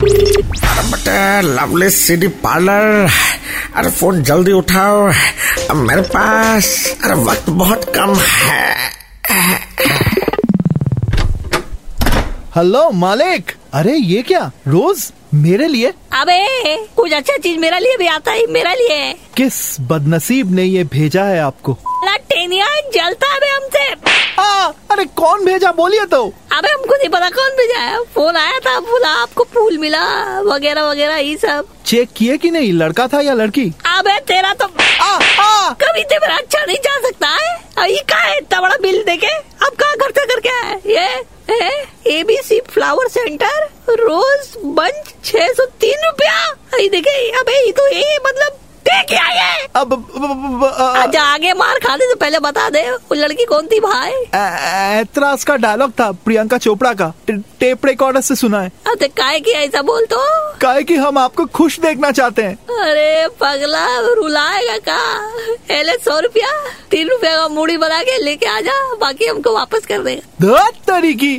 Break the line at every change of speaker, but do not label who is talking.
अरे बटे lovely city parlour अरे फोन जल्दी उठाओ अब मेरे पास अरे वक्त बहुत कम है
हेलो मालिक अरे ये क्या रोज मेरे लिए
अबे कुछ अच्छा चीज मेरे लिए भी आता है मेरे लिए
किस बदनसीब ने ये भेजा है आपको
ला टेनिया जलता है बे हमसे
आ, अरे कौन भेजा बोलिए तो
अबे हमको नहीं पता कौन भेजा है फोन आया था बोला आपको फूल मिला वगैरह वगैरह ये सब
चेक किए कि नहीं लड़का था या लड़की
अबे तेरा तो
आ, आ,
कभी तो मेरा अच्छा नहीं जा सकता है और ये का है इतना बड़ा बिल देके अब कहाँ खर्चा करके आया है? ये ABC flower centre rose bunch छह सौ तीन रूपया ये देखे अबे ये तो ये मतलब दे के आया है
अब ब- ब- ब- ब- आ,
अच्छा आगे मार खाने से पहले बता दे वो लड़की कौन थी भाई
ऐ- ऐतराज का डायलॉग था प्रियंका चोपड़ा का टे- टेप रिकॉर्डर से सुना है
अरे काय की ऐसा बोल तो
काहे कि हम आपको खुश देखना चाहते हैं
अरे पगला रुलाएगा का पहले सौ रुपया तीन रुपया का मूड़ी बना के लेके आ जा बाकी हमको वापस कर देगा
धत तरीकी